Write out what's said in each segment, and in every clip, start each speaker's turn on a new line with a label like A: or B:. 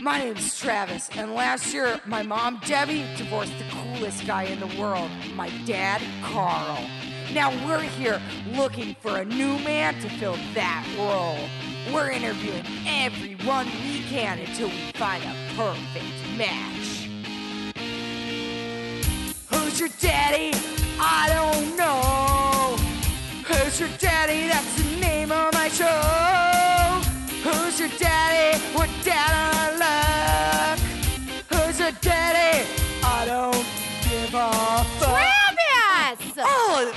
A: My name's Travis, and last year my mom Debbie divorced the coolest guy in the world, my dad Carl. Now we're here looking for a new man to fill that role. We're interviewing everyone we can until we find a perfect match. Who's your daddy? I don't know. Who's your daddy? That's the name of my show. Who's your daddy? We're down on luck. Who's your daddy? I don't give a fuck.
B: Travis!
A: Oh,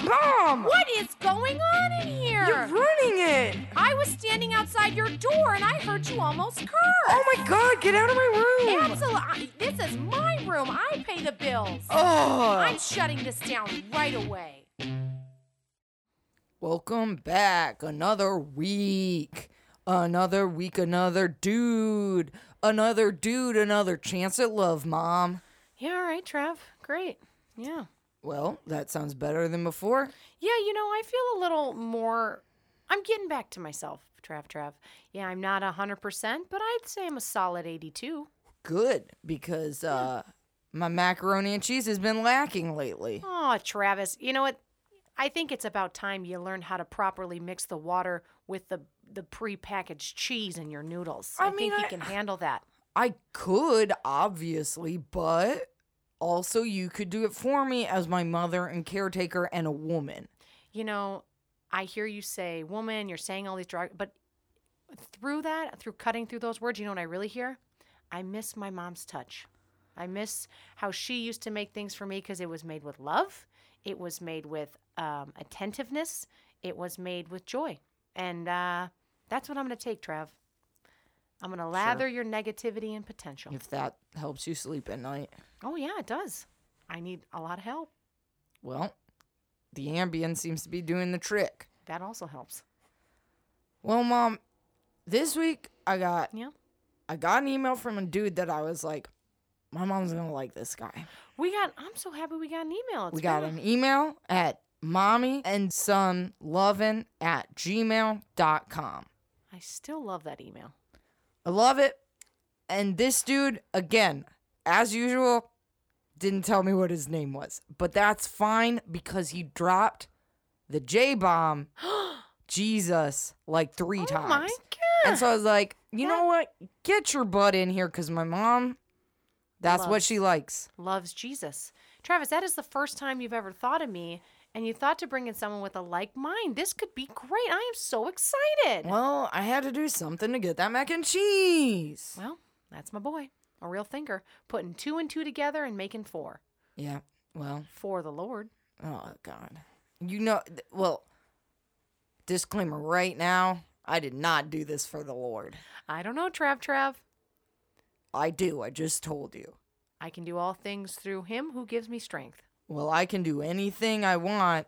A: mom!
B: What is going on in here?
A: You're ruining it.
B: I was standing outside your door and I heard you almost curse.
A: Oh my god! Get out of
C: Oh.
A: my room.
B: Absol- I- this is my room. I pay the bills.
A: Oh.
B: I'm shutting this down right away.
A: Welcome back. Another week. Another week, another dude. Another dude, another chance at love, Mom.
C: Yeah, all right, Trav. Great. Yeah.
A: Well, that sounds better than before.
C: Yeah, you know, I feel a little more. I'm getting back to myself, Trav, Trav. Yeah, I'm not 100%, but I'd say I'm a solid 82.
A: Good, because uh, my macaroni and cheese has been lacking lately.
C: Oh, Travis, you know what? I think it's about time you learned how to properly mix the water with the the prepackaged cheese in your noodles.
A: I
C: I,
A: mean,
C: think you
A: I-
C: can handle that.
A: I could, obviously, but also you could do it for me as my mother and caretaker and a woman.
C: You know, I hear you say, "Woman, you're saying all these drug," but through that, through cutting through those words, you know what I really hear? I miss my mom's touch. I miss how she used to make things for me because it was made with love. It was made with um, attentiveness. It was made with joy, and uh, that's what I'm going to take, Trav. I'm going to lather your negativity and potential.
A: If that helps you sleep at night.
C: Oh yeah, it does. I need a lot of help.
A: Well, the Ambien seems to be doing the trick.
C: That also helps.
A: Well, Mom, this week I got
C: Yeah.
A: I got an email from a dude that I was like, my mom's gonna like this guy.
C: We got. I'm so happy we got an email. It's
A: we got
C: been a-
A: an email at mommy and son lovin at gmail.com
C: I still love that email.
A: i love it and this dude again as usual didn't tell me what his name was but that's fine because he dropped the j-bomb jesus like three
C: Oh
A: times
C: my
A: and so i was like you know what get your butt in here because my mom that's what
C: Loves.
A: she likes
C: Loves Jesus. Travis, that is the first time you've ever thought of me and you thought to bring in someone with a like mind. This could be great. I am so excited.
A: well i had to do something to get that mac and cheese
C: Well, that's my boy. A real thinker. Putting two and two together and making four.
A: yeah well
C: For the Lord.
A: Oh God! You know, th- well, disclaimer right now: I did not do this for the Lord.
C: I don't know, Trav Trav.
A: I do. I just told you.
C: I can do all things through him who gives me strength.
A: Well, I can do anything I want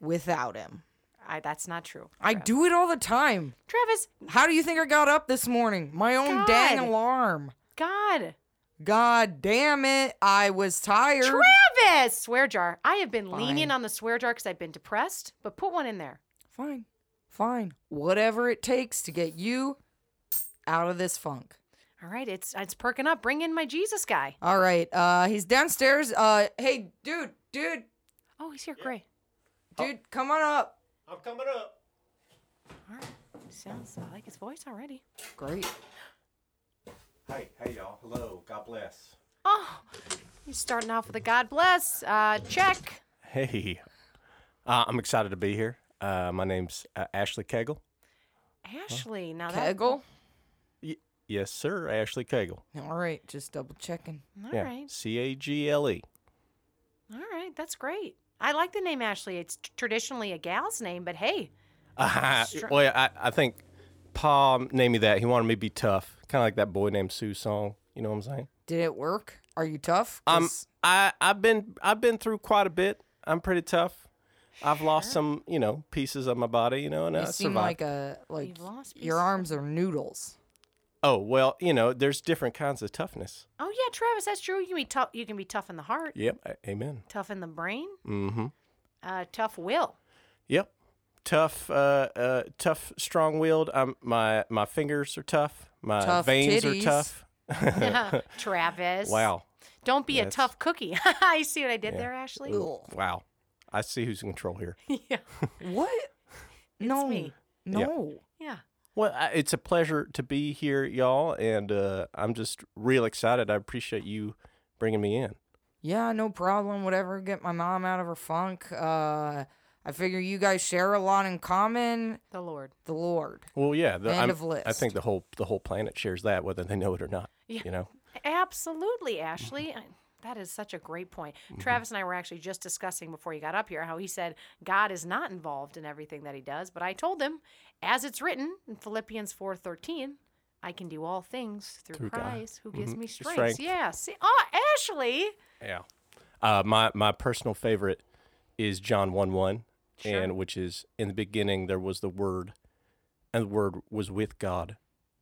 A: without Him.
C: I that's not true.
A: I
C: Trav.
A: do it all the time.
C: Travis,
A: How do you think I got up this morning? My own dang
C: God.
A: alarm.
C: God.
A: God damn it! I was tired.
C: Travis, swear jar. I have been
A: Fine.
C: lenient on the swear jar because I've been depressed, but put one in there.
A: fine, fine. Whatever it takes to get you out of this funk.
C: All right, it's it's perking up. Bring in my Jesus guy.
A: All right. Uh, he's downstairs. Uh, hey, dude, dude.
C: Oh, he's here. Great.
A: Dude, come on up.
D: I'm coming up.
C: All right. Sounds I like his voice already.
A: Great.
D: Hey, hey y'all. Hello. God bless.
C: Oh, he's starting off with a God bless. Uh, check.
D: Hey. Uh, I'm excited to be here. Uh, my name's uh, Ashley Kegel.
C: Ashley. Now that
A: Kegel.
D: Y- yes, sir. Ashley Kegel.
A: All right, just double checking.
C: All right.
D: yeah. C A G L E.
C: All right. That's great. I like the name Ashley. It's t- traditionally a gal's name, but hey,
D: Uh,
C: Str-
D: well, I, I think Pa named me that. He wanted me to be tough, kind of like that boy named Sue song. You know what I'm saying?
A: Did it work? Are you tough?
D: Um,
A: 'Cause
D: I I've been I've been through quite a bit. I'm pretty tough. I've lost some, you know, pieces of my body, you know, and I
A: you seem
D: survived.
A: like a like
C: You've lost
A: your
C: pieces.
A: arms are noodles.
D: oh well, you know, there's different kinds of toughness.
C: oh yeah, Travis, that's true. You can be tough. You can be tough in the heart,
D: Yep. a- Amen.
C: tough in the brain,
D: Mm-hmm.
C: uh, tough will.
D: Yep. Tough, uh, uh, tough, strong-willed. Um, my my fingers are tough. My
A: Tough
D: veins
A: titties.
D: are tough.
C: Travis.
D: Wow.
C: Don't be a
D: That's-
C: tough cookie. I see what I did
D: Yeah.
C: there, Ashley.
A: Ugh.
D: Wow. I see who's in control here.
C: yeah.
A: What? no.
C: me.
A: No.
C: Yeah.
D: Well, I- it's a pleasure to be here, y'all, and uh, I'm just real excited. I appreciate you bringing me in.
A: Yeah, no problem. Whatever, get my mom out of her funk. Uh, I figure you guys share a lot in common.
C: The Lord.
A: The Lord.
D: Well, yeah, the,
A: End
D: I'm-
A: of
D: I
A: list.
D: think the whole the whole planet shares that, whether they know it or not.
C: Yeah.
D: You know,
C: Absolutely, Ashley. I- That is such a great point. Travis and I were actually just discussing before you got up here how he said God is not involved in everything that he does, but I told him, as it's written in Philippians 4:13, I can do all things through,
D: Through God.
C: Christ who gives
D: Mhm.
C: me strength.
D: Strength.
C: Yeah. See, oh, Ashley.
D: yeah. Uh, my my personal favorite is John one one,
C: Sure.
D: and which is in the beginning there was the Word, and the Word was with God,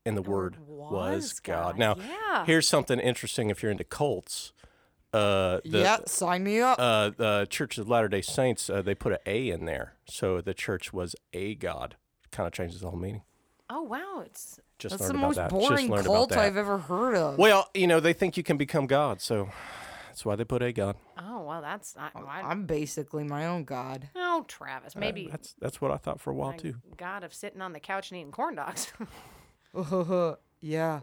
D: and the, Word was God. Now,
C: yeah.
D: here's something interesting if you're into cults. Uh, the,
A: yeah, sign me up.
D: uh, the Church of Latter Day Saints, uh, they put an A in there, so the church was a god. Kind of changes the whole meaning.
C: oh wow, it's
D: Just
A: That's the
D: learned about
A: most
D: that. Just
A: boring
D: learned
A: cult
D: about that.
A: I've ever heard of.
D: Well, you know, they think you can become God, so that's why they put a god. Uh,
C: oh well, that's not. Well, I,
A: I'm basically my own god.
C: oh, Travis, maybe
D: Uh, That's that's what I thought for a while
C: my
D: too.
C: God of sitting on the couch and eating corn dogs. is
A: yeah.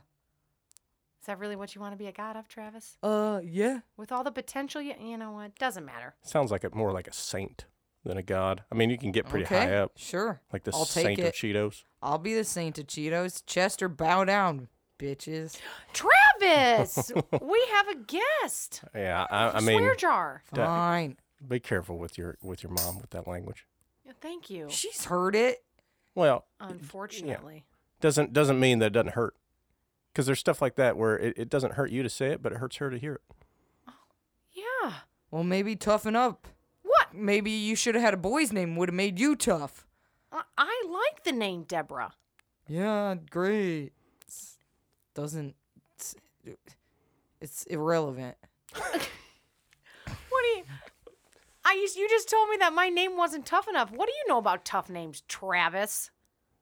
C: that really what you want to be a God of, Travis?
A: Uh, yeah.
C: with all the potential you, you know what doesn't matter
D: Sounds like it more like a saint than a god. I mean, you can get pretty
A: okay.
D: high up,
A: Sure.
D: like the
A: I'll
D: saint
A: take
D: of
A: it.
D: Cheetos.
A: I'll be the saint of Cheetos. Chester, bow down, bitches.
C: travis we have a guest
D: Yeah, I, I
C: A
D: mean,
C: swear jar
D: Yeah.
A: Fine.
D: be careful with your with your mom with that language.
C: Yeah, thank you
A: She's heard it.
D: Well,
C: unfortunately
D: doesn't doesn't mean that it doesn't hurt because there's stuff like that where it, it doesn't hurt you to say it but it hurts her to hear it
C: yeah.
A: Well, maybe toughen up.
C: what
A: Maybe you should have had a boy's name. Would have made you tough.
C: I, I like the name deborah
A: Yeah, great. It's- doesn't. It's, it's irrelevant.
C: what do you i used you just told me that my name wasn't tough enough what do you know about tough names travis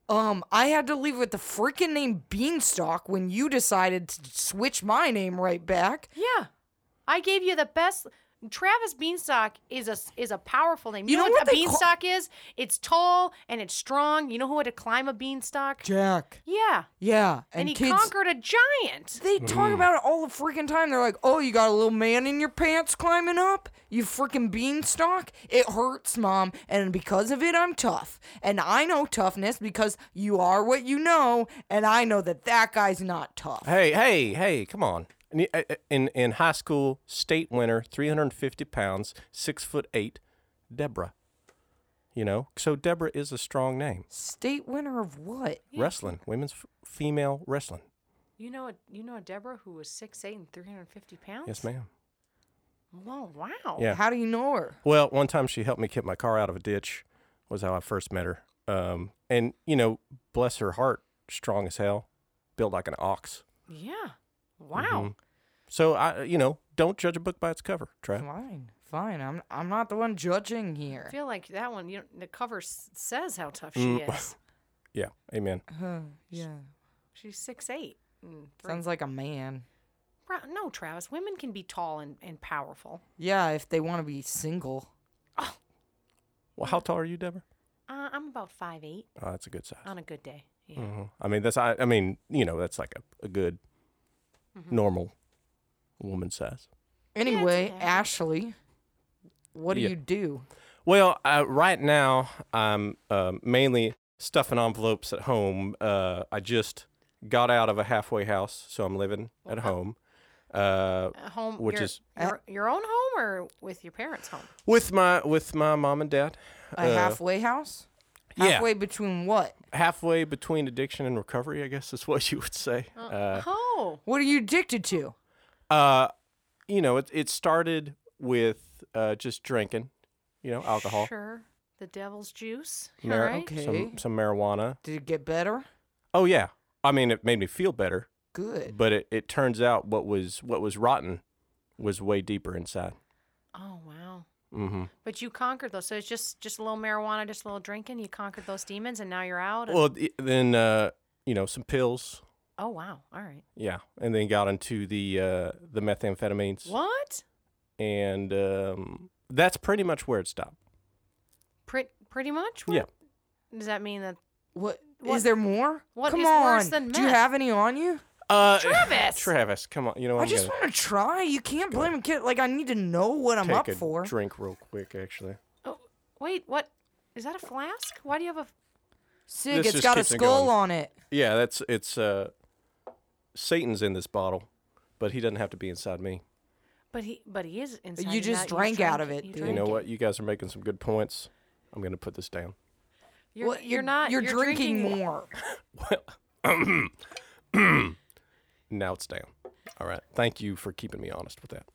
A: Um, I had to leave with the freaking name Beanstalk when you decided to switch my name right back.
C: yeah i gave you the best Travis Beanstalk is a is a powerful name. You,
A: You
C: know,
A: know
C: what,
A: what
C: a
A: they call-
C: beanstalk is? It's tall and it's strong. You know who had to climb a beanstalk?
A: Jack.
C: Yeah.
A: Yeah, and,
C: and, he
A: kids.
C: conquered a giant.
A: they talk about it all the freaking time. They're like, "Oh, you got a little man in your pants climbing up, you freaking beanstalk. It hurts, mom, and because of it, I'm tough. And I know toughness because you are what you know, and I know that that guy's not tough.
D: hey hey hey come on in in, in high school state winner 350 pounds six foot eight deborah you know so deborah is a strong name
A: State winner of what?
D: wrestling women's f- female wrestling
C: You know, a- you know a Deborah who was six eight and three hundred fifty pounds.
D: yes ma'am
C: Whoa, wow.
D: Yeah.
A: How do you know her?
D: Well, one time she helped me get my car out of a ditch, was how I first met her. Um, and you know, bless her heart, strong as hell, built like an ox.
C: Yeah. Wow.
D: So I, you know, don't judge a book by its cover, Trav.
A: Fine, fine. I'm I'm not the one judging
D: Mm-hmm.
C: I
A: here.
C: feel like that one. You know, the cover s- says how tough she
D: Mm.
C: is.
D: Yeah, amen.
A: Huh, yeah,
C: She's six eight. And three.
A: sounds like a man.
C: Bro- no, Travis. Women can be tall and, and powerful.
A: Yeah, if they want to be single.
D: Well, how tall are you, Deborah?
C: Uh, I'm about five eight
D: Oh, that's a good size.
C: on a good day. Yeah.
D: Mhm. I mean, that's I, I mean, you know, that's like a, a good, normal, woman size.
A: Anyway,
C: okay.
A: Ashley, what do
D: Yeah.
A: you do?
D: Well, uh, right now I'm um mainly stuffing envelopes at home. Uh, I just got out of a halfway house, so I'm living at home uh,
C: Uh, home,
D: Which
C: your,
D: is-
C: your, your own home or with your parents' home?
D: with my with my mom and dad.
A: A halfway house?
D: Uh, yeah.
A: Halfway between what?
D: Halfway between addiction and recovery, I guess is what you would say. Uh,
C: oh,
A: What are you addicted to?
D: uh, you know, it it started with uh, just drinking, you know, alcohol,
C: sure. The devil's juice.
D: mar-
C: All right.
A: Okay.
D: some some marijuana.
A: Did it get better?
D: Oh yeah, I mean, it made me feel better.
A: Good.
D: but it, it turns out what was what was rotten was way deeper inside.
C: Oh wow.
D: Mm-hmm.
C: But you conquered those. So it's just just a little marijuana, just a little drinking. You conquered those demons, and now you're out. and-
D: Well, th- then uh, you know some pills,
C: Oh wow. All right.
D: Yeah, and then got into the uh, the methamphetamines,
C: What?
D: and um, that's pretty much where it stopped.
C: Pretty pretty much.
D: Yeah.
C: Does that mean that
A: What is
C: What-
A: there more?
C: what
A: Come
C: is
A: on.
C: worse than
A: Do you
C: meth?
A: have any on you?
D: Uh,
C: Travis?
D: Travis, come on. You know
A: I
D: what?
A: just
D: I'm
A: want to try. You can't blame a kid. Like I need to know what I'm
D: gonna
A: up
D: take a
A: for.
D: drink real quick, actually.
C: Oh, wait. What? Is that a flask? Why do you have a?
A: Sig,
D: This
A: it's
D: just
A: got a
D: keeps it
A: skull
D: going.
A: on it.
D: Yeah, that's it's uh, Satan's in this bottle, but he doesn't have to be inside me.
C: But he but he is inside.
A: You just
C: not-
A: drank out of it, dude.
D: You
C: drank
D: know
C: it.
D: what? You guys are making some good points. I'm gonna put this down.
C: You're,
A: Well,
C: you're not.
A: You're, drinking, more.
D: Now it's down. All right. Thank you for keeping me honest with that.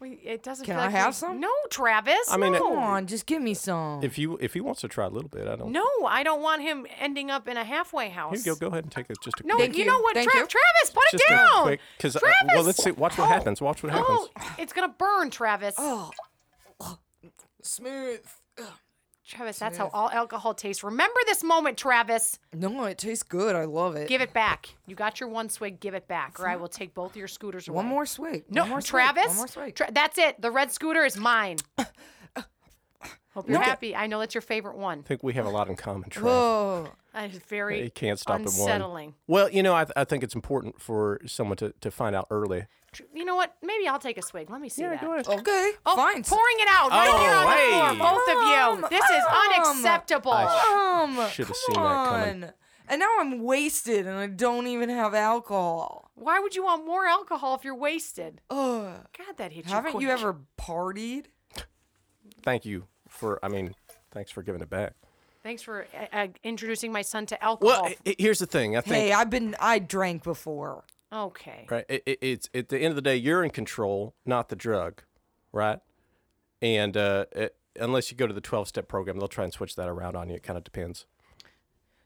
C: Wait, It doesn't.
A: Can
C: feel
A: I
C: like
A: have
C: we-
A: some?
C: No, Travis.
D: I mean, uh, it-
A: Come
C: no.
A: on, just give me some.
D: If you if he wants to try a little bit, I don't.
C: no, I don't want him ending up in a halfway house.
D: Here you go. Go ahead and take it. Just a
C: No,
D: quick,
A: Thank
C: you,
A: you.
C: know what,
A: Thank
C: Tra-
A: you.
C: Travis? Put it
D: just a
C: down.
D: quick. Because
C: Travis!
D: well, let's see. Watch what happens. Watch what happens.
C: Oh, it's gonna burn, Travis.
A: oh, smooth. Ugh.
C: Travis, that's how all alcohol tastes. Remember this moment, Travis.
A: No, it tastes good. I love it.
C: Give it back. You got your one swig. Give it back, or I will take both of your scooters away.
A: one more swig.
C: No,
A: one more swig,
C: Travis.
A: One more swig.
C: Tra- that's it. The red scooter is mine. Hope you're
A: No.
C: happy. I know that's your favorite one.
D: I think we have a lot in common, Travis.
A: Whoa.
C: That is very
D: It can't stop at one.
C: unsettling.
D: Well, you know, I, th- I think it's important for someone to, to find out early.
C: Tr- You know what? Maybe I'll take a swig. Let me see that.
A: Okay.
C: Oh,
A: fine.
C: pouring it out right
D: Oh,
C: here on the
D: hey.
C: floor, both of
A: Mom,
C: you. This is
A: Mom.
C: unacceptable.
A: Um,
D: Should have
A: come
D: seen that coming.
A: on. And now I'm wasted and I don't even have alcohol.
C: Why would you want more alcohol if you're wasted?
A: Ugh.
C: God, that hit you.
A: Haven't you
C: quick.
A: ever partied?
D: Thank you for. I mean, thanks for giving it back.
C: Thanks for uh, uh, introducing my son to alcohol.
D: Well, i- i- here's the thing. I think
A: Hey, I've been I drank before.
C: okay.
D: right. It, it, it's at the end of the day, you're in control, not the drug, right? And uh, it, unless you go to the 12 step program, they'll try and switch that around on you. It kind of depends.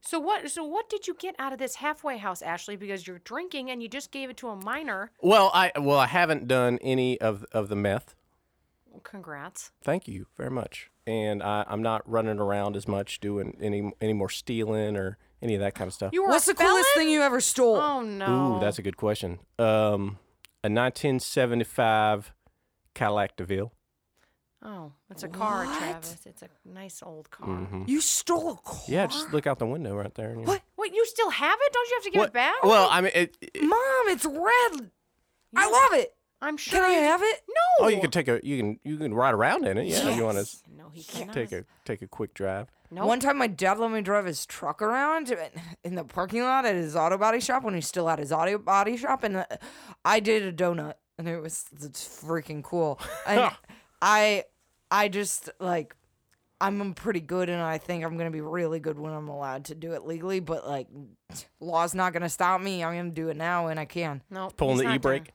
C: So what? So what did you get out of this halfway house, Ashley? Because you're drinking and you just gave it to a minor.
D: Well, I well I haven't done any of of the meth.
C: Congrats.
D: Thank you very much. And I, I'm not running around as much doing any any more stealing or any of that kind of stuff.
C: You were
A: What's
C: a
A: the coolest
C: felon?
A: thing you ever stole?
C: Oh no.
D: Ooh, that's a good question. Um, a 1975 Cadillac DeVille.
C: Oh, it's a car,
A: What?
C: Travis. It's a nice old car.
D: Mm-hmm.
A: You stole a car?
D: Yeah, just look out the window right there. And, you know.
C: Wait, you still have it? Don't you have to give
D: What-
C: it back?
D: Well, I mean, it, it-
A: Mom, it's red. I love it. Can
C: I'm sure.
A: I
C: you-
A: have it?
C: No.
D: oh, you can take a you can you can ride around in it. Yeah, you want to
C: No, he cannot.
D: take a take a quick drive.
C: Nope.
A: One time, my dad let me drive his truck around in- in the parking lot at his auto body shop when he still had his auto body shop, and uh, I did a donut, and it was it's freaking cool. And I, I just like, I'm pretty good, and I think I'm gonna be really good when I'm allowed to do it legally. But like, law's not gonna stop me. I'm gonna do it now, and I can.
C: No. he's
D: Pulling the
C: not
D: e
C: doing-
D: brake.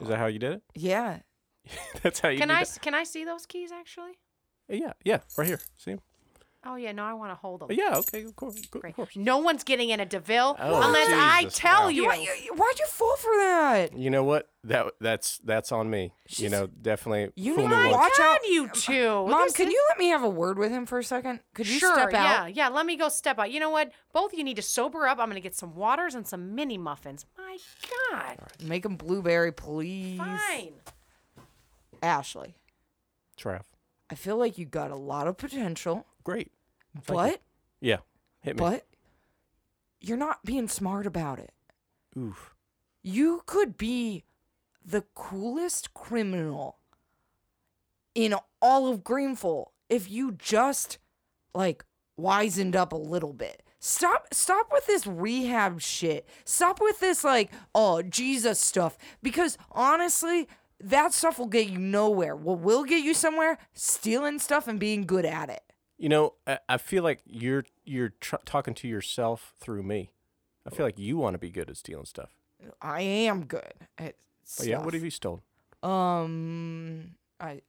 D: Is that how you did it?
A: Yeah.
D: That's how you
C: Can
D: did
C: I
D: it?
C: s- can I see those keys actually?
D: Yeah, yeah, right here. See? 'em?
C: Oh yeah, no, I want to hold them.
D: Yeah, okay, of course, of
C: Great.
D: course.
C: No one's getting in a Deville
D: Oh,
C: unless I
D: Jesus,
C: tell
D: wow.
C: you.
A: Why, you- why'd you fall for that?
D: You know what? That that's that's on me. you know, definitely.
A: You
D: fool
A: need
D: me
A: to
D: once.
A: watch
C: God,
A: out.
C: you two.
A: Mom,
C: This
A: can
C: is-
A: you let me have a word with him for a second? Could you
C: sure,
A: step out?
C: Yeah, yeah. Let me go step out. You know what? Both of you need to sober up. I'm gonna get some waters and some mini muffins. My God.
A: Make him blueberry, please.
C: Fine.
A: Ashley,
D: Trav.
A: I feel like you got a lot of potential,
D: Great. Thank you.
A: but
D: Yeah. Hit me.
A: but you're not being smart about it.
D: Oof.
A: You could be the coolest criminal in all of Greenville if you just like wizened up a little bit. Stop stop with this rehab shit. Stop with this like oh Jesus stuff because honestly that stuff will get you nowhere. What will get you somewhere? Stealing stuff and being good at it.
D: You know, I, I feel like you're you're tr- talking to yourself through me. I feel like you want to be good at stealing stuff.
A: I am good at
D: Oh,
A: stuff.
D: yeah. What have you stolen?
A: Um, I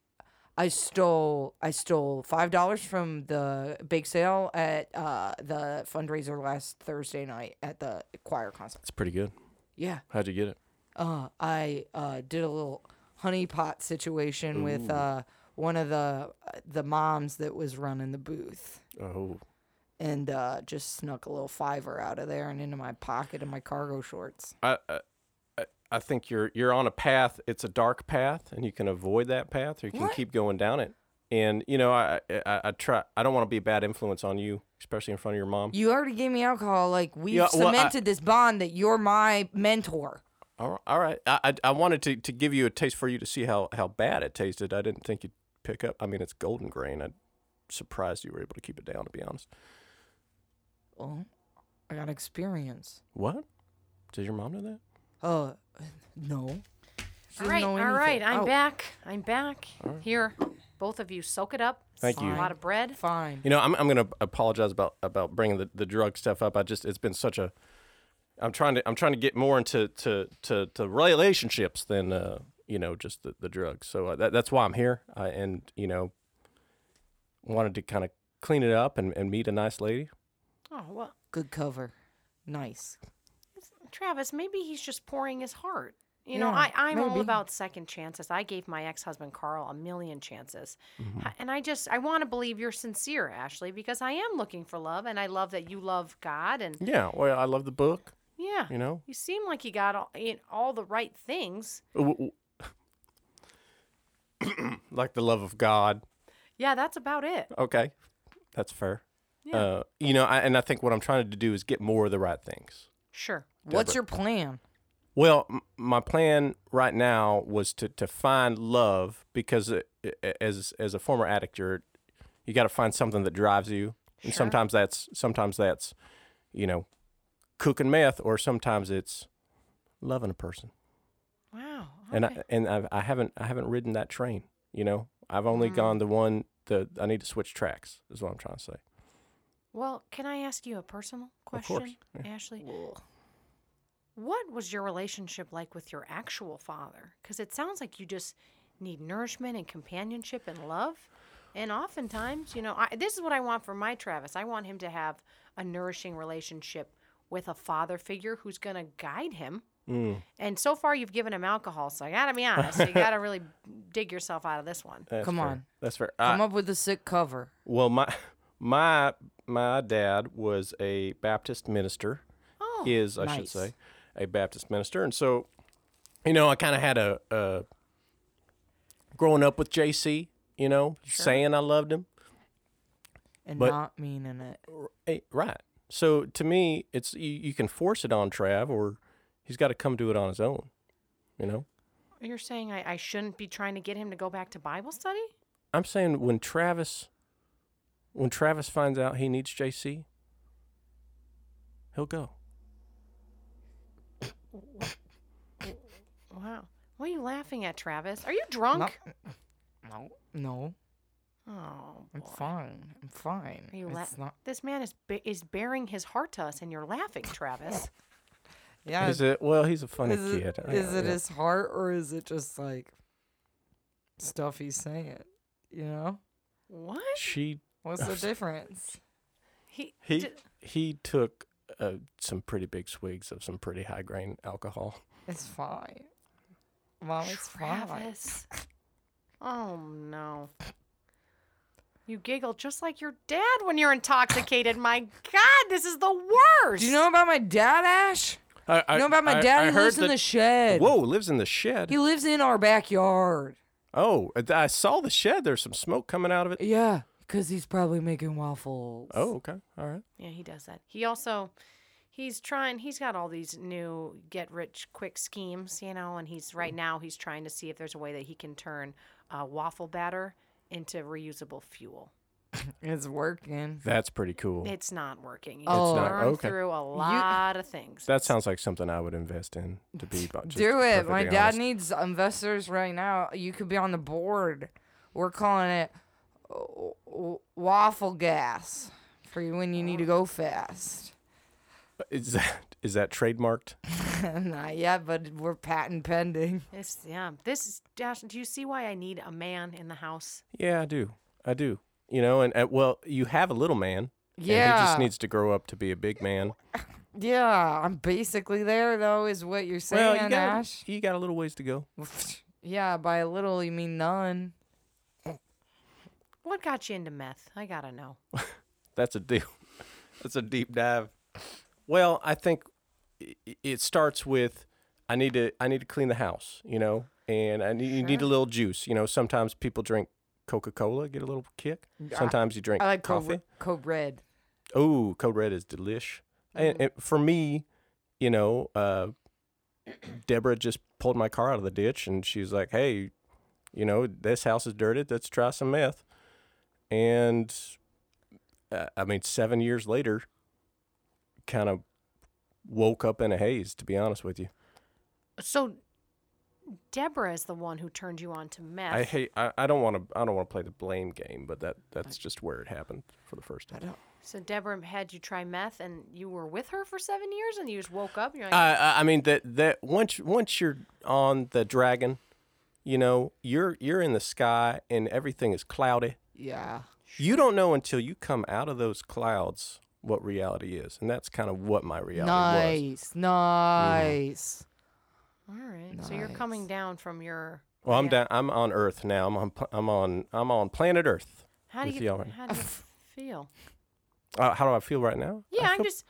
A: I stole I stole five dollars from the bake sale at uh the fundraiser last Thursday night at the choir concert.
D: It's pretty good.
A: Yeah.
D: How'd you get it?
A: Uh, I uh did a little honey pot situation uh, with uh one of the the moms that was running the booth,
D: Oh,
A: and uh, just snuck a little fiver out of there and into my pocket of my cargo shorts.
D: I, I I- I think you're you're on a path. It's a dark path, and you can avoid that path, or you can
A: What?
D: keep going down it. And you know, I I- I, I try. I don't want to be a bad influence on you, especially in front of your mom.
A: You already gave me alcohol. Like we've
D: Yeah, well, I-
A: cemented this bond that you're my mentor.
D: All right, all right. I, I I wanted to, to give you a taste for you to see how how bad it tasted. I didn't think you'd pick up. I mean, it's golden grain. I'm surprised you were able to keep it down, to be honest.
A: Well, Oh, I got experience.
D: What? Does your mom know that?
A: Uh, no. She
C: All
A: doesn't
C: right,
A: know
C: all
A: anything.
C: right. I'm
A: Oh,
C: back. I'm back. Here, both of you, soak it up.
D: Thank
C: It's
D: you.
C: A lot of bread.
A: Fine.
D: You know, I'm I'm gonna apologize about about bringing the, the drug stuff up. I just it's been such a. I'm trying to I'm trying to get more into to to, to relationships than uh you know just the, the drugs. So uh, that, that's why I'm here. I, and you know, wanted to kind of clean it up and, and meet a nice lady.
C: Oh well,
A: Good cover. Nice.
C: Travis, maybe he's just pouring his heart. You know,
A: Yeah,
C: I, I'm all
A: maybe.
C: about second chances. I gave my ex husband Carl a million chances. Ha- And I just, I want to believe you're sincere, Ashley, because I am looking for love and I love that you love God. And
D: Yeah. Well, I love the book.
C: yeah,
D: You know,
C: you seem like you got all, you know, all the right things.
D: W- w- like the love of God.
C: Yeah, that's about it.
D: Okay, that's fair.
C: Yeah.
D: Uh, you know, I, and I think what I'm trying to do is get more of the right things.
C: Sure.
A: What's your plan?
D: Well, m- my plan right now was to, to find love because uh, a- as as a former addict, you're, you got to find something that drives you, and sometimes that's sometimes that's, you know, cooking meth, or sometimes it's loving a person.
C: Wow.
D: and
C: okay.
D: I and I've, I haven't I haven't ridden that train. You know, I've only
A: Mm.
D: gone the one the I need to switch tracks. Is what I'm trying to say.
C: well, can I ask you a personal question,
D: course,
C: Ashley? What was your relationship like with your actual father? Because it sounds like you just need nourishment and companionship and love. And oftentimes, you know, I, this is what I want for my Travis. I want him to have a nourishing relationship with a father figure who's going to guide him. And so far, you've given him alcohol. So I got to be honest, you got to really dig yourself out of this one.
D: That's
A: Come
D: fair.
A: on.
D: that's fair.
A: Come
D: I-
A: up with a sick cover.
D: Well, my my my dad was a Baptist minister.
C: Oh,
D: is I should
A: nice.
D: say a Baptist minister, and so you know I kind of had a, a growing up with JC. You know, saying I loved him.
A: And
D: But-
A: not meaning it.
D: Eh, right. So to me, it's you, you can force it on Trav, or he's got to come to it on his own. You know.
C: You're saying I, I shouldn't be trying to get him to go back to Bible study?
D: I'm saying when Travis, when Travis finds out he needs JC, he'll go.
C: Wow. What are you laughing at, Travis? Are you drunk?
A: No. No.
C: Oh,
A: I'm
C: boy.
A: fine. I'm fine.
C: Are you
A: it's
C: la-
A: not.
C: This man is ba- is bearing his heart to us, and you're laughing, Travis.
A: Yeah.
D: is it? Well, he's a funny
A: is it,
D: kid. I-
A: is it
D: yeah.
A: his heart or is it just like stuff he's saying? You know?
C: what?
D: She
A: What's the difference?
C: He,
D: he
C: d-
D: he took uh, some pretty big swigs of some pretty high grain alcohol.
A: It's fine. Mom, it's fine.
C: Travis. Oh no. You giggle just like your dad when you're intoxicated. My God, this is the worst.
A: Do you know about my dad, Ash?
D: I, I
A: you know about my dad? he lives in the shed.
D: Whoa, lives in the shed.
A: He lives in our backyard.
D: oh, I- I saw the shed. There's some smoke coming out of it.
A: Yeah, because he's probably making waffles.
D: Oh, okay, all right.
C: Yeah, he does that. He also he's trying he's got all these new get rich quick schemes, you know, and he's right now he's trying to see if there's a way that he can turn uh, waffle batter into reusable fuel.
A: It's working.
D: That's pretty cool.
C: It's not working. You
A: Oh. It's
D: not-
C: burn
D: okay.
C: through a lot of things.
D: that sounds like something I would invest in. To be bu- just
A: Do it. My
D: perfectly
A: dad
D: honest.
A: needs investors right now. You could be on the board. We're calling it uh, w- waffle gas for you when you need to go fast.
D: Is that is that trademarked?
A: Not yet, but we're patent pending.
C: This yeah. This is Dash, do you see why I need a man in the house?
D: Yeah, I do. I do. You know, and, and well, you have a little man. and he
A: Yeah.
D: just needs to grow up to be a big man.
A: Yeah, I'm basically there though, is what you're
D: Well,
A: saying,
D: you got,
A: Ash.
D: you got a little ways to go.
A: Yeah, by a little you mean none.
C: What got you into meth? I gotta know.
D: That's a deal.
E: That's a deep dive.
D: Well, I think i- i- it starts with I need to I need to clean the house, you know, and I need, you need a little juice. You know, sometimes people drink Coca Cola, get a little kick. Sometimes you drink
A: I like
D: coffee.
A: Code, code Red.
D: Oh, Code Red is delish. And, and for me, you know, uh, Deborah just pulled my car out of the ditch and she's like, hey, you know, this house is dirted. Let's try some meth. And uh, I mean, seven years later, kind of woke up in a haze, to be honest with you.
C: So, Deborah is the one who turned you on to meth.
D: I hate, I, I don't want to, I don't want to play the blame game, but that, that's just where it happened for the first time.
C: so Deborah had you try meth, and you were with her for seven years, and you just woke up. And you're like,
D: I, I- I mean that that once once you're on the dragon, you know you're you're in the sky and everything is cloudy.
A: Yeah.
D: You don't know until you come out of those clouds what reality is, and that's kind of what my reality was.
A: nice. Nice.
C: all right. So you're coming down from your.
D: Well, I'm down. I'm on Earth now. I'm on. pl- I'm on. I'm on planet Earth.
C: How do
D: With
C: you?
D: Yelvin.
C: How do you feel?
D: Uh, how do I feel right now? I
C: Yeah, I'm
D: feel-
C: just.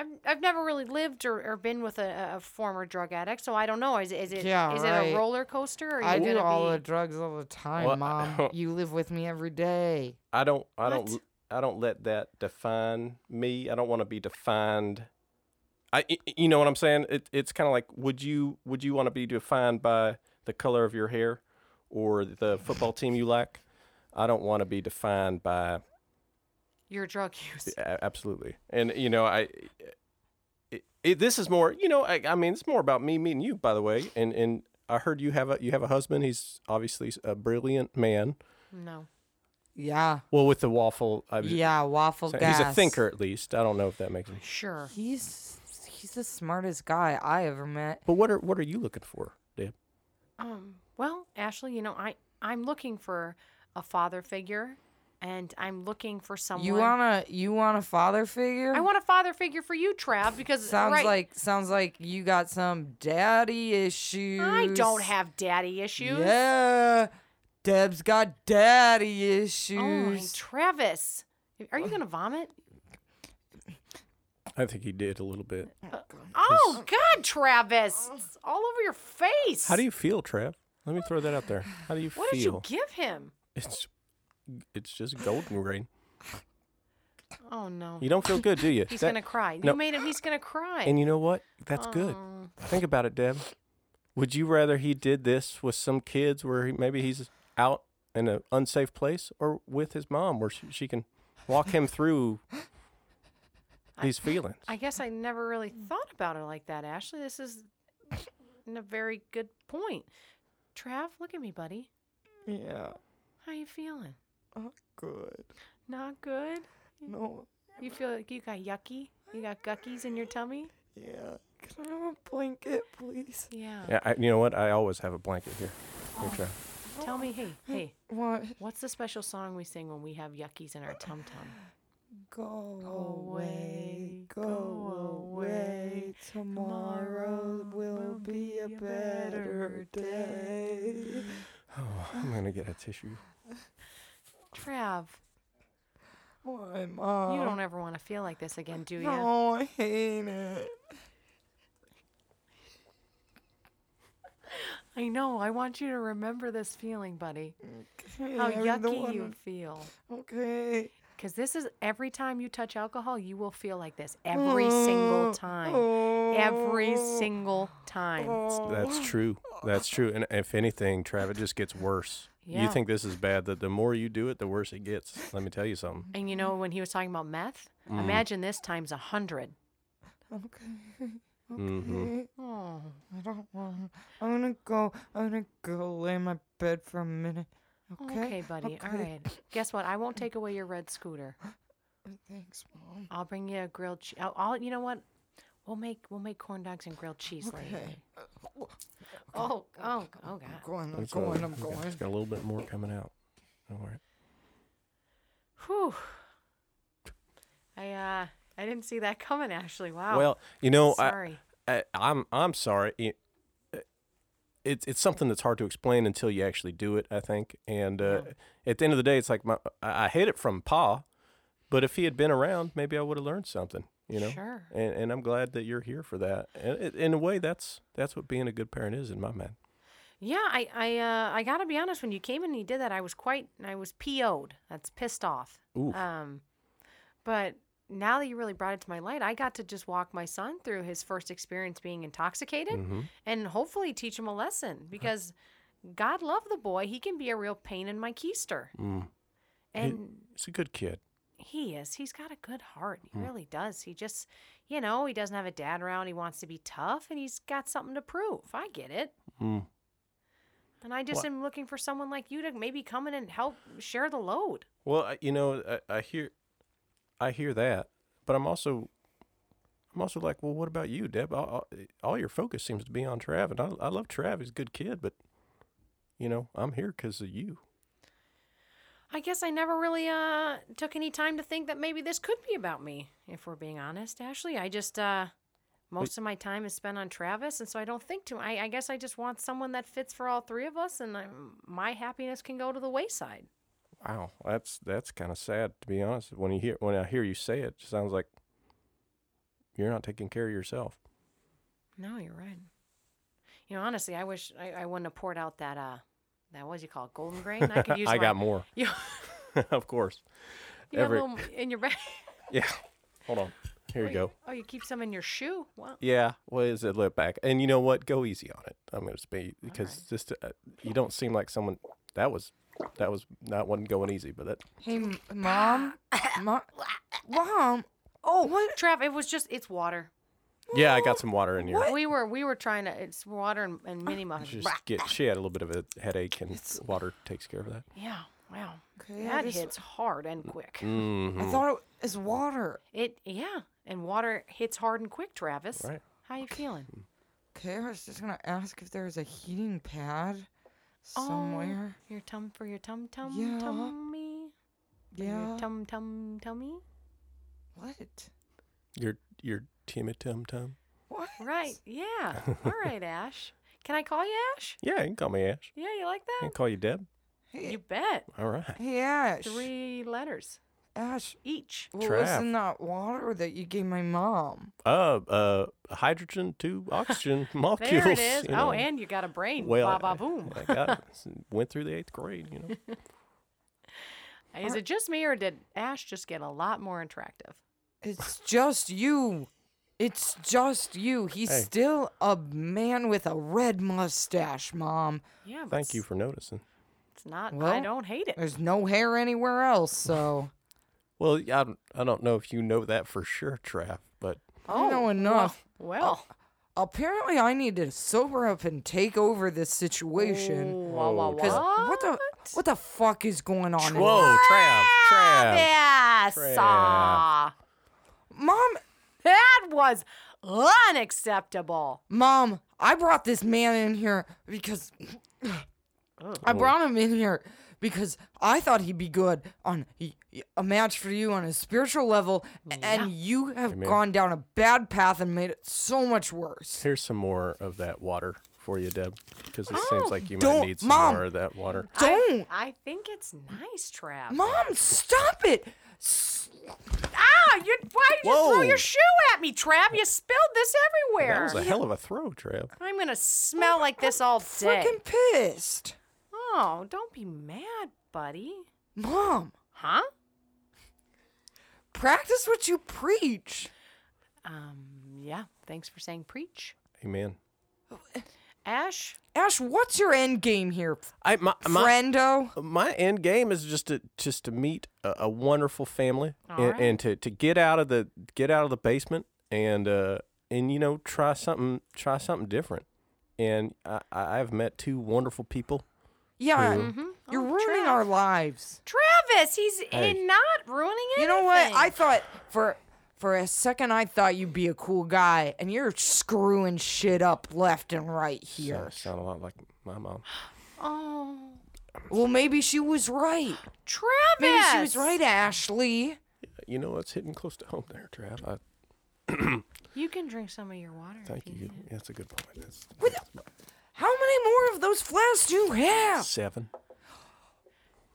C: I've, I've never really lived or, or been with a, a former drug addict, so I don't know. Is, is it is
A: Yeah,
C: it
A: right.
C: a roller coaster? Or are
A: I
C: you
A: do
C: gonna
A: all
C: be...
A: the drugs all the time,
D: Well,
A: Mom. you live with me every day.
D: I don't. I don't.
C: What?
D: I don't let that define me. I don't want to be defined. I. y- y- You know what I'm saying? It, it's kind of like would you would you want to be defined by the color of your hair, or the football team you like? I don't want to be defined by
C: your drug use.
D: a- absolutely. And you know I. It, it, this is more. You know I, I mean it's more about me meeting you by the way. And and I heard you have a you have a husband. He's obviously a brilliant man.
C: No.
A: Yeah.
D: Well, with the waffle. I was,
A: Yeah. Waffle
D: He's
A: gas.
D: a thinker, at least. I don't know if that makes sense.
C: Sure.
A: He's he's the smartest guy I ever met.
D: But what are what are you looking for, Deb?
C: Um, well, Ashley, you know, I I'm looking for a father figure, and I'm looking for someone.
A: You want a you want a father figure?
C: I want a father figure for you, Trav, because
A: sounds
C: right,
A: like sounds like you got some daddy issues.
C: I don't have daddy issues.
A: Yeah. Deb's got daddy
C: Oh my,
A: issues.
C: Travis, are you gonna vomit?
D: I think he did a little bit.
C: Oh God, Travis, it's all over your face.
D: How do you feel, Trev? Let me throw that out there. How do you
C: What did you
D: feel?
C: give him?
D: It's it's just golden green.
C: Oh no,
D: You don't feel good, do you?
C: he's
D: That-
C: gonna cry.
D: no.
C: You made him. He's gonna cry.
D: And you know what? That's good.
C: Oh.
D: Think about it, Deb. Would you rather he did this with some kids where he, maybe he's out in an unsafe place or with his mom where she, she can walk him through these feelings?
C: I guess I never really thought about it like that, Ashley. This is n- a very good point. Trav, look at me, buddy.
A: Yeah.
C: How you feeling?
A: Good.
C: Not good.
A: No.
C: You feel like you got yucky? You got guckies in your tummy?
A: Yeah. Can I have a blanket, please?
C: Yeah.
D: yeah, I, you know what? I always have a blanket here. Here, Trev.
C: Tell me, hey, hey,
A: What?
C: what's the special song we sing when we have yuckies in our tum tum?
A: Go
C: away,
A: away,
C: go
A: go
C: away.
A: away. Tomorrow will be a better day.
D: Oh, I'm gonna get a tissue.
C: Trav,
A: Why, Mom?
C: you don't ever want to feel like this again, do you?
A: No, I hate it.
C: I know. I want you to remember this feeling, buddy.
A: Okay,
C: How
A: I'm the
C: yucky
A: one-
C: you feel.
A: Okay.
C: Because this is every time you touch alcohol, you will feel like this every single time. Every
A: Oh,
C: single time.
D: That's true. That's true. And if anything, Trav, it just gets worse. You
C: Yeah.
D: think this is bad? That the more you do it, the worse it gets. Let me tell you something.
C: And you know, when he was talking about meth, imagine this times a hundred.
A: Okay.
D: Mhm.
A: Okay.
C: Oh,
A: I don't want. I'm gonna go. I'm gonna go lay in my bed for a minute. Okay.
C: okay, buddy. All
A: okay.
C: right. Guess what? I won't take away your red scooter.
A: Thanks, mom.
C: I'll bring you a grilled cheese. I'll, I'll- you know what? We'll make we'll make corn dogs and grilled cheese later. Oh, oh, oh, God.
A: I'm going. I'm
D: It's all-
A: going. I'm
D: okay, it's
A: going.
D: got a little bit more coming out. Don't worry.
C: Whew. I uh, I didn't see that coming. Actually, wow.
A: Oh,
D: Well, you know, I,
C: sorry.
D: I, I'm I'm sorry. It, it's it's something that's hard to explain until you actually do it. I think. And uh, at the end of the day, it's like my I I hid it from Pa, But if he had been around, maybe I would have learned something. You know.
C: Sure.
D: And, and I'm glad that you're here for that. And it, in a way, that's that's what being a good parent is, in my mind.
C: Yeah, I I uh, I gotta be honest. When you came in and you did that, I was quite I was PO'd. That's pissed off.
D: Ooh.
C: Um, but now that you really brought it to my light, I got to just walk my son through his first experience being intoxicated, and hopefully teach him a lesson because God love the boy. He can be a real pain in my keister, and
D: He's a good kid.
C: he is. He's got a good heart. He really does. He just, you know, he doesn't have a dad around. He wants to be tough and he's got something to prove. I get it.
D: Mm.
C: And I just
D: What-
C: am looking for someone like you to maybe come in and help share the load.
D: Well, I- you know, I, I hear, I hear that, but I'm also, I'm also like, well, what about you, Deb? All, all- all your focus seems to be on Trav, and I, I love Trav. He's a good kid, but, you know, I'm here because of you.
C: I guess I never really uh, took any time to think that maybe this could be about me, if we're being honest, Ashley. I just, uh, most of my time is spent on Travis, and so I don't think too. I, I guess I just want someone that fits for all three of us, and i my happiness can go to the wayside.
D: Wow, that's that's kind of sad to be honest. When you hear when I hear you say it, it sounds like you're not taking care of yourself.
C: No, you're right. You know, honestly, I wish I, I wouldn't have poured out that uh that what do you call it, golden grain. I could use.
D: I
C: my,
D: got more,
C: You,
D: of course.
C: you have a
D: Every-
C: little in your bag.
D: Yeah, hold on. Here you go.
C: Oh, you keep some in your shoe. Wow.
D: Yeah, what is it? Look back, and you know what? Go easy on it. I'm gonna speak because just uh, you don't seem like someone that was that was that wasn't going easy, but that
E: Hey, m- mom, mom, mom. Oh, what?
C: Trav, it was just it's water.
D: yeah, I got some water in here.
C: We were we were trying to it's water and, and mini muffins.
D: Just get she had a little bit of a headache, and water takes care of that.
C: Yeah. Wow.
E: Okay, I
C: that
E: just-
C: hits hard and
D: Mm,
C: quick.
D: Mm-hmm. Hmm.
E: I thought it was water.
C: It yeah. And water hits hard and quick, Travis.
D: Right.
C: How you feeling?
E: Okay, I was just gonna ask if there's a heating pad somewhere.
C: Oh, your tum for your tum tum
E: Yeah.
C: tummy. For
E: yeah.
C: Your tum tum tummy.
E: what?
D: Your your timid tum tum.
E: What?
C: Right. Yeah. All right, Ash. Can I call you Ash?
D: Yeah, you can call me Ash.
C: Yeah, you like
D: I
C: that?
D: can call you Deb.
E: Hey,
C: You bet.
D: All right.
E: hey, Ash.
C: Three letters
E: Ash,
C: each.
E: what was
D: Trav.
E: in that water that you gave my mom?
D: Uh, uh, hydrogen to oxygen molecules.
C: There it is.
D: you know.
C: Oh, and you got a brain.
D: well,
C: ba ba boom.
D: I, I got it. Went through the eighth grade, you know.
C: Is it just me or did Ash just get a lot more attractive?
E: It's just you. It's just you. He's
D: Hey.
E: still a man with a red mustache, mom.
C: Yeah. But
D: Thank you for noticing.
C: It's not. I
E: Well,
C: don't hate it.
E: There's no hair anywhere else, so
D: Well, I don't, I don't know if you know that for sure, Trav, but
E: I know enough.
C: Well.
E: Apparently, I need to sober up and take over this situation.
C: Oh, Wah, wah,
E: Cause
C: wah.
E: what the what the fuck is going on? here?
D: whoa, Trav,
C: Ah,
D: Trav.
C: Yes. ah.
E: Mom,
C: That was unacceptable.
E: mom, I brought this man in here because I brought him in here because I thought he'd be good on y- y- a match for you on a spiritual level, a- and you have gone down a bad path and made it so much worse.
D: Here's some more of that water for you, Deb, because it seems like you might
E: don't-
D: need some
E: Mom.
D: more of that water.
E: Don't,
C: I think it's nice, Trav.
E: mom, stop it. S-
C: Ah, you why did you throw
D: Whoa.
C: your shoe at me, Trav? You spilled this
D: That
C: everywhere.
D: was a hell of a throw, Trav.
C: I'm gonna smell like this all day.
E: Freaking pissed,
C: Oh, don't be mad, buddy.
E: mom.
C: Huh?
E: Practice what you preach.
C: Um, yeah. Thanks for saying preach.
D: Amen.
C: Ash,
E: Ash, what's your end game here,
D: I my my,
E: friendo?
D: my end game is just to just to meet a, a wonderful family
C: All
D: and,
C: right.
D: and to, to get out of the get out of the basement and uh and you know try something try something different. And I, I- I've met two wonderful people.
E: Yeah, Mm-hmm.
D: Mm-hmm.
E: you're
D: Oh,
E: ruining our lives.
C: Travis, he's
D: Hey.
C: in not ruining it.
E: You know what? I thought for for a second I thought you'd be a cool guy, and you're screwing shit up left and right here.
D: Sound, sound a lot like my mom.
C: Oh,
E: Well, maybe she was right.
C: Travis.
E: Maybe she was right, Ashley.
D: You know it's hitting close to home there, Trav. I
C: You can drink some of your water.
D: thank
C: if
D: you. That's a good point. That's,
A: Oh.
E: How many more of those flasks do you have?
D: seven.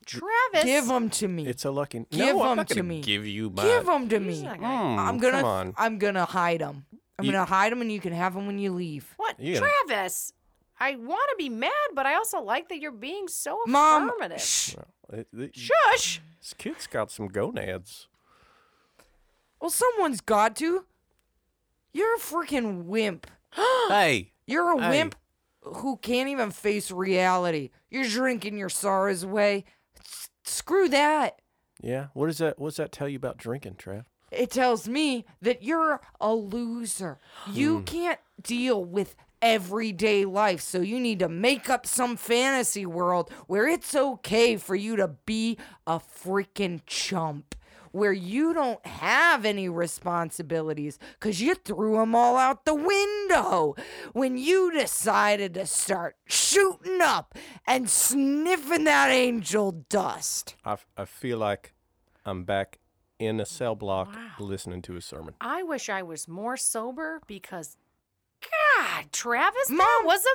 C: Travis.
A: Give them to me.
D: It's a lucky.
A: Give
D: no, I'm
A: 'em
D: not
A: to
D: gonna
A: me.
D: Give you my. Mm,
A: Give them to
C: He's
A: me.
C: not gonna-
A: I'm gonna.
D: Come on.
A: I'm gonna hide them. I'm
D: You-
A: gonna hide them, and you can have them when you leave.
C: What,
D: You gotta-
C: Travis? I want to be mad, but I also like that you're being so
A: Mom.
C: affirmative.
A: Shh.
D: It- it-
C: Shush.
D: This kid's got some gonads.
A: Well, someone's got to. You're a freaking wimp.
D: hey.
A: You're a
D: Hey.
A: wimp who can't even face reality. You're drinking your sorrows away. S- screw that.
D: Yeah. What does that? What does that tell you about drinking, Trav?
A: It tells me that you're a loser. You can't deal with everyday life, so you need to make up some fantasy world where it's okay for you to be a freaking chump. Where you don't have any responsibilities because you threw them all out the window when you decided to start shooting up and sniffing that angel dust.
D: I, f- I feel like I'm back in a cell block listening to a sermon.
C: I wish I was more sober because, God, Travis, that
A: Mom.
C: was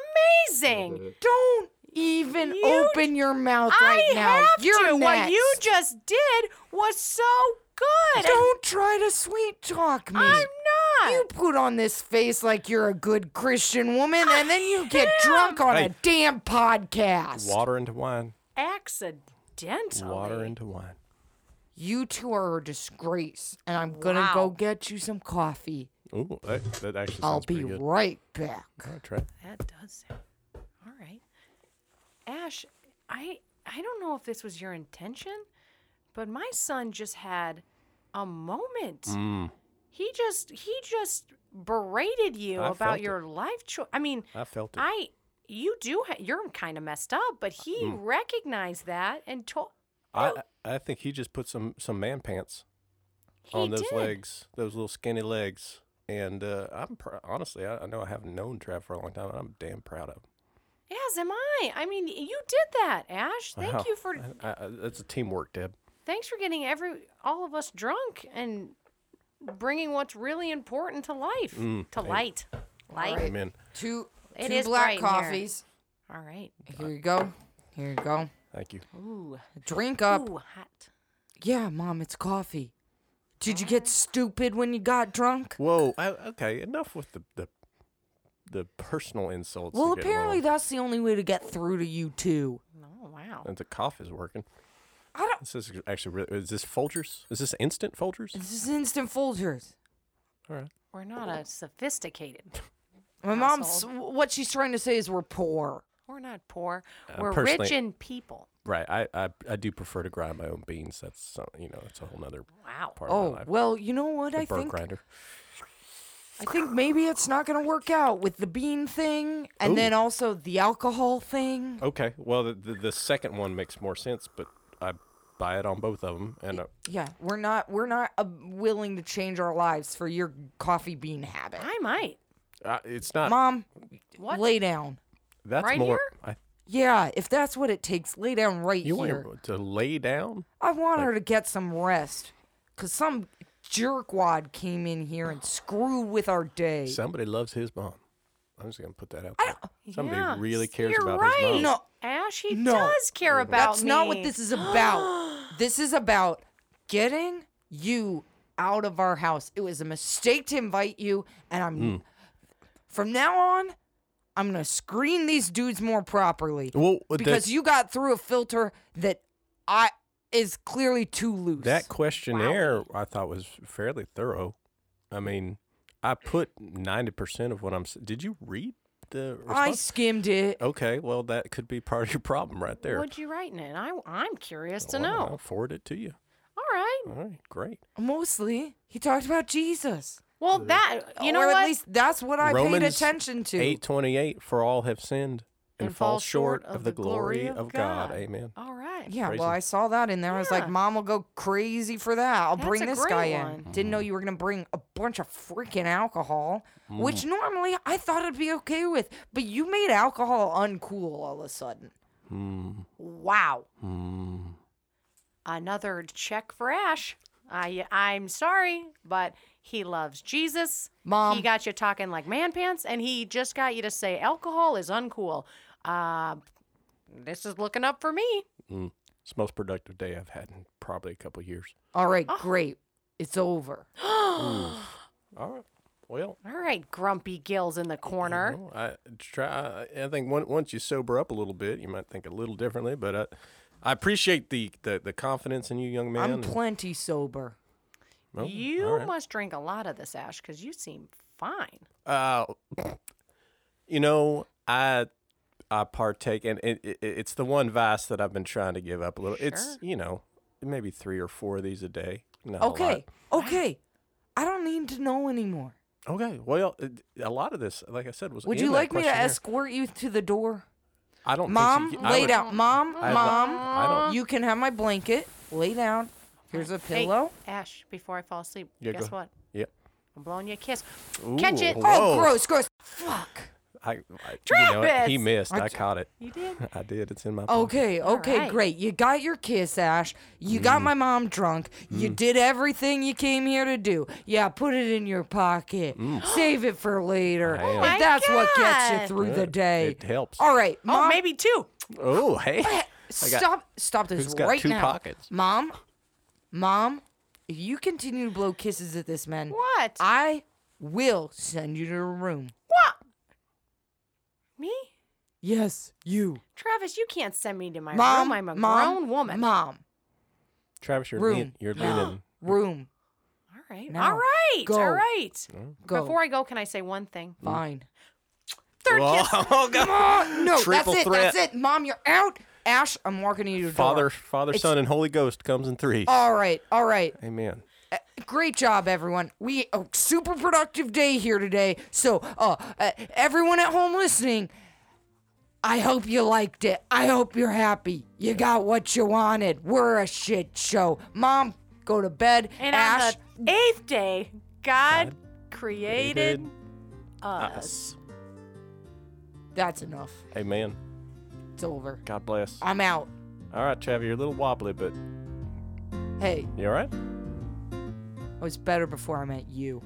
C: amazing.
A: Don't even
C: You-
A: open your mouth right
C: I
A: now.
C: have
A: You're
C: to. What you
A: next.
C: just did was so good.
A: Don't try to sweet talk me.
C: I'm not.
A: you put on this face like you're a good Christian woman, and then you get drunk on a
D: Hey.
A: damn podcast.
D: Water into wine.
C: accidentally.
D: Water into wine.
A: You two are a disgrace, and I'm gonna go get you some coffee.
D: Ooh, that, that actually sounds
A: I'll be
D: pretty good.
A: right back.
D: All right, Trav.
C: That does sound. All right. Ash, I I don't know if this was your intention, but my son just had a moment.
D: Mm.
C: He just he just berated you
D: I felt
C: about
D: it.
C: your life choice. I mean,
D: I felt it.
C: I you do ha- you're kind of messed up, but he
D: Mm.
C: recognized that and told
D: I, I I think he just put some some man pants
C: he
D: on those
C: did.
D: legs, those little skinny legs. And uh, I'm pr- honestly, I, I know I haven't known Trav for a long time, and I'm damn proud of him.
C: As am I. I mean, you did that, Ash. Thank
D: Wow.
C: you for
D: I, I, that's a teamwork, Deb.
C: thanks for getting every all of us drunk and bringing what's really important to life
D: Mm,
C: to light light
A: Right.
D: Amen.
A: Two,
C: It
A: two
C: is bright
A: black
C: in here.
A: coffees.
C: all right
A: Here you go. Here you go.
D: Thank you.
C: ooh
A: Drink up.
C: ooh hot
A: Yeah, mom, it's coffee. Did you
C: Ah.
A: get stupid when you got drunk?
D: Whoa. I, okay. Enough with the the, the personal insults.
A: Well,
D: and getting
A: apparently
D: wrong.
A: that's the only way to get through to you two.
C: oh wow
D: And the cough is working.
A: I don't.
D: This is actually really. Is this Folgers? Is this instant Folgers?
A: This is instant Folgers.
D: All right.
C: we're not a sophisticated
A: My mom's what she's trying to say is we're poor.
C: we're not poor
D: Uh,
C: we're rich
D: personally-
C: in people
D: Right. I, I I do prefer to grind my own beans. That's some- you know that's a whole nother
C: wow
D: part of
A: Oh
D: my life.
A: well, you know what?
D: The
A: I
D: burr
A: think
D: grinder.
A: I think maybe it's not going to work out with the bean thing, and
D: Ooh.
A: then also the alcohol thing.
D: Okay. Well, the, the the second one makes more sense, but I buy it on both of them, and uh,
A: Yeah, we're not we're not uh, willing to change our lives for your coffee bean habit.
C: i might
D: uh, it's not.
A: Mom,
C: What?
A: lay down.
D: that's
C: right
D: more. I,
A: Yeah, if that's what it takes, lay down right
D: you want
A: here.
D: her to lay down?
A: I want her to get some rest. Because some jerkwad came in here and screwed with our day.
D: Somebody loves his mom. I'm just gonna put that out there. Somebody
C: Yeah,
D: really cares
C: you're
D: about
C: right.
D: his mom.
A: No,
C: ash he
A: No.
C: does care about
A: that's not what
C: me.
A: this is about. this is about getting you out of our house. It was a mistake to invite you, and I'm. From now on, I'm going to screen these dudes more properly.
D: Well, uh,
A: because
D: that,
A: you got through a filter that I is clearly too loose.
D: that questionnaire I thought was fairly thorough. I mean, I put ninety percent of what I'm. s- Did you read the?
A: I
D: response?
A: skimmed it.
D: Okay, well, that could be part of your problem right there. Oh,
C: what'd you write in it i i'm curious to
D: Well, I'll
C: know
D: forward it to you.
C: all right
D: All right, great.
A: Mostly, he talked about Jesus.
D: uh,
C: well that you know
A: or
C: what
A: at least that's what I
D: Romans
A: paid attention to.
D: Eight twenty-eight. For all have sinned and, fall short of, the glory of, God. Amen.
C: All right.
A: Yeah,
D: Praise
A: well,
D: him.
A: I saw that in there. I was like,
C: Yeah.
A: Mom will go crazy for that. I'll
C: That's
A: bring
C: a
A: this
C: great
A: guy in.
C: one.
A: Didn't know you were going to bring a bunch of freaking alcohol, which normally I thought I'd be okay with, but you made alcohol uncool all of a sudden.
D: Hmm,
C: Wow. Another check for Ash. I I'm sorry, but he loves Jesus.
A: Mom.
C: he got you talking like man pants, and he just got you to say alcohol is uncool. Uh, this is looking up for me.
D: It's the most productive day I've had in probably a couple years.
A: All right,
C: Ah.
A: great. It's over.
D: All right. Well,
C: All right, grumpy gills in the corner.
D: Well, I try. I think on- once you sober up a little bit, you might think a little differently. But I, I appreciate the, the, the confidence in you, young man.
A: I'm plenty sober.
D: Well,
C: You
D: all right.
C: must drink a lot of this, Ash, because you seem fine.
D: Uh, you know, I I partake, and it, it, it's the one vice that I've been trying to give up a little. It's you know maybe three or four of these a day. Not a lot.
A: Okay, okay. I don't need to know anymore.
D: Okay. Well, it- a lot of this, like I said, was.
A: Would
D: in
A: you
D: that
A: like me to
D: questionnaire.
A: escort you to the door?
D: I don't.
A: Mom,
D: think you, I
A: lay
D: would-
A: down. Mom,
D: I,
A: mom,
D: I don't.
A: you can have my blanket. Lay down. Here's a
C: Hey,
A: pillow.
C: Ash, before I fall asleep,
D: Yeah, go
C: guess
D: ahead.
C: what?
D: Yep.
C: I'm blowing you a kiss. Catch
D: Ooh,
C: it.
D: hello.
A: Oh,
D: Whoa.
A: gross, gross. Fuck.
D: I, I you know, what? he
C: Travis!
D: missed. I, caught it.
C: You did?
D: I did. It's in my. pocket.
A: Okay, okay,
C: right.
A: great. You got your kiss, Ash. You got my mom drunk. You did everything you came here to do. Yeah, put it in your pocket. Save it for later.
D: I am. Oh
A: If
D: my
A: that's what gets you
C: God.
A: through
D: Yeah,
A: the day.
D: it helps.
A: All right, mom.
C: Oh, maybe two.
D: Oh, hey.
A: Stop! stop this
D: who's got
A: right
D: two
A: now,
D: pockets?
A: mom. Mom, if you continue to blow kisses at this man,
C: What?
A: I will send you to a room.
C: what? Me?
A: Yes, you,
C: Travis, you can't send me to my
A: mom.
C: room. I'm a
A: mom,
C: grown woman.
A: Mom,
D: Travis, you're
A: Room.
D: lean, you're
A: Yeah.
D: leaning.
A: room.
C: All right.
A: Now,
C: all right.
A: go.
C: All right.
A: Go.
C: Before I go, can I say one thing?
A: Fine.
C: Third
D: Whoa,
C: kiss.
D: oh, God.
A: No,
D: Triple
A: that's it.
D: threat.
A: That's it. Mom, you're out. Ash, I'm walking you to your
D: Father,
A: door.
D: Father, Son, and Holy Ghost comes in threes.
A: All right, all right.
D: Amen.
A: Great job, everyone. We a super productive day here today. So, uh, uh, everyone at home listening, I hope you liked it. I hope you're happy. You got what you wanted. We're a shit show. Mom, go to bed.
C: And
A: Ash,
C: on the eighth day, God,
D: God
C: created us.
D: Us.
A: that's enough.
D: Amen.
A: It's over.
D: God bless.
A: I'm out.
D: All right, Travis, you're a little wobbly, but
A: Hey,
D: you all right?
A: I was better before I met you.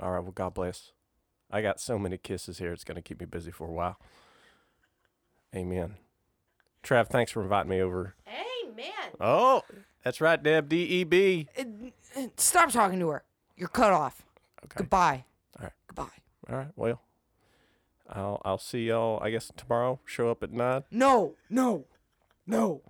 D: All right. Well, God bless. I got so many kisses here; it's gonna keep me busy for a while. Amen. Trav, thanks for inviting me over.
C: Amen.
D: Oh, that's right, Deb. D E B.
A: Stop talking to her. You're cut off.
D: Okay.
A: Goodbye.
D: All right.
A: Goodbye.
D: All right. Well, I'll I'll see y'all. I guess tomorrow. Show up at nine.
A: No, no, no,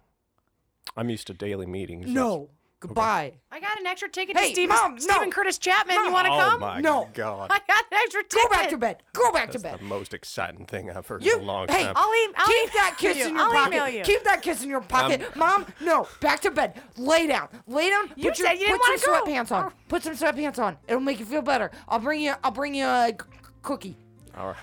D: I'm used to daily meetings. that's-
A: no. Goodbye.
C: I got an extra ticket
A: Hey,
C: to Steven,
A: Mom, no.
C: Stephen Curtis Chapman. You want to
D: oh
C: come?
D: my
A: No.
D: God.
C: I got an extra
A: Go
C: ticket.
A: back to bed. Go back to
D: That's
A: bed.
D: the most exciting thing I've heard
A: You-
D: in a long
A: hey,
D: time.
C: I'll, e- I'll
A: Keep
C: e-
A: that
C: email
A: kiss
C: you.
A: in your
C: I'll email
A: pocket.
C: you. Um,
A: Keep that kiss in your pocket. Mom, no. Back to bed. Lay down. Lay down.
C: You
A: put
C: said you didn't
A: put some
C: wanna go. Oh.
A: sweatpants on. Put some sweatpants on. It'll make you feel better. I'll bring you I'll bring you a c- c- cookie.
D: All right.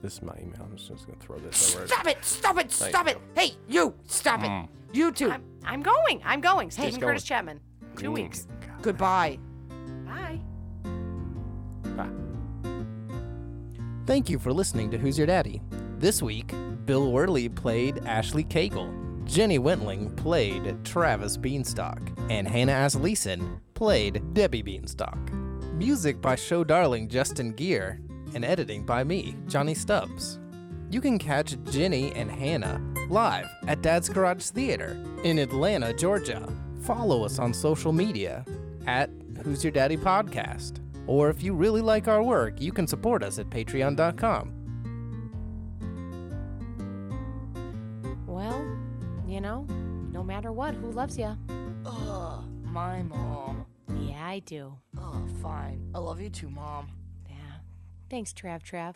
D: This is my email. I'm just gonna throw this over.
A: Stop it. Stop it. Stop it.
D: you.
A: Hey, you. Stop it. You too.
C: I'm, I'm going. I'm going. Stephen
D: going.
C: Curtis Chapman. Two weeks.
A: Goodbye.
C: Bye.
E: Thank you for listening to Who's Your Daddy. This week, Bill Worley played Ashley Cagle, Jenny Wentling played Travis Beanstalk, and Hannah Asleeson played Debbie Beanstalk. Music by show darling Justin Gear, and editing by me, Johnny Stubbs. You can catch Jenny and Hannah live at Dad's Garage Theater in Atlanta, Georgia. Follow us on social media at Who's Your Daddy Podcast. Or if you really like our work, you can support us at patreon.com
C: Well, you know, no matter what, who loves you?
A: Ugh, my mom.
C: Yeah, I do.
A: Oh, fine. I love you too, mom.
C: Yeah. Thanks, Trav Trav.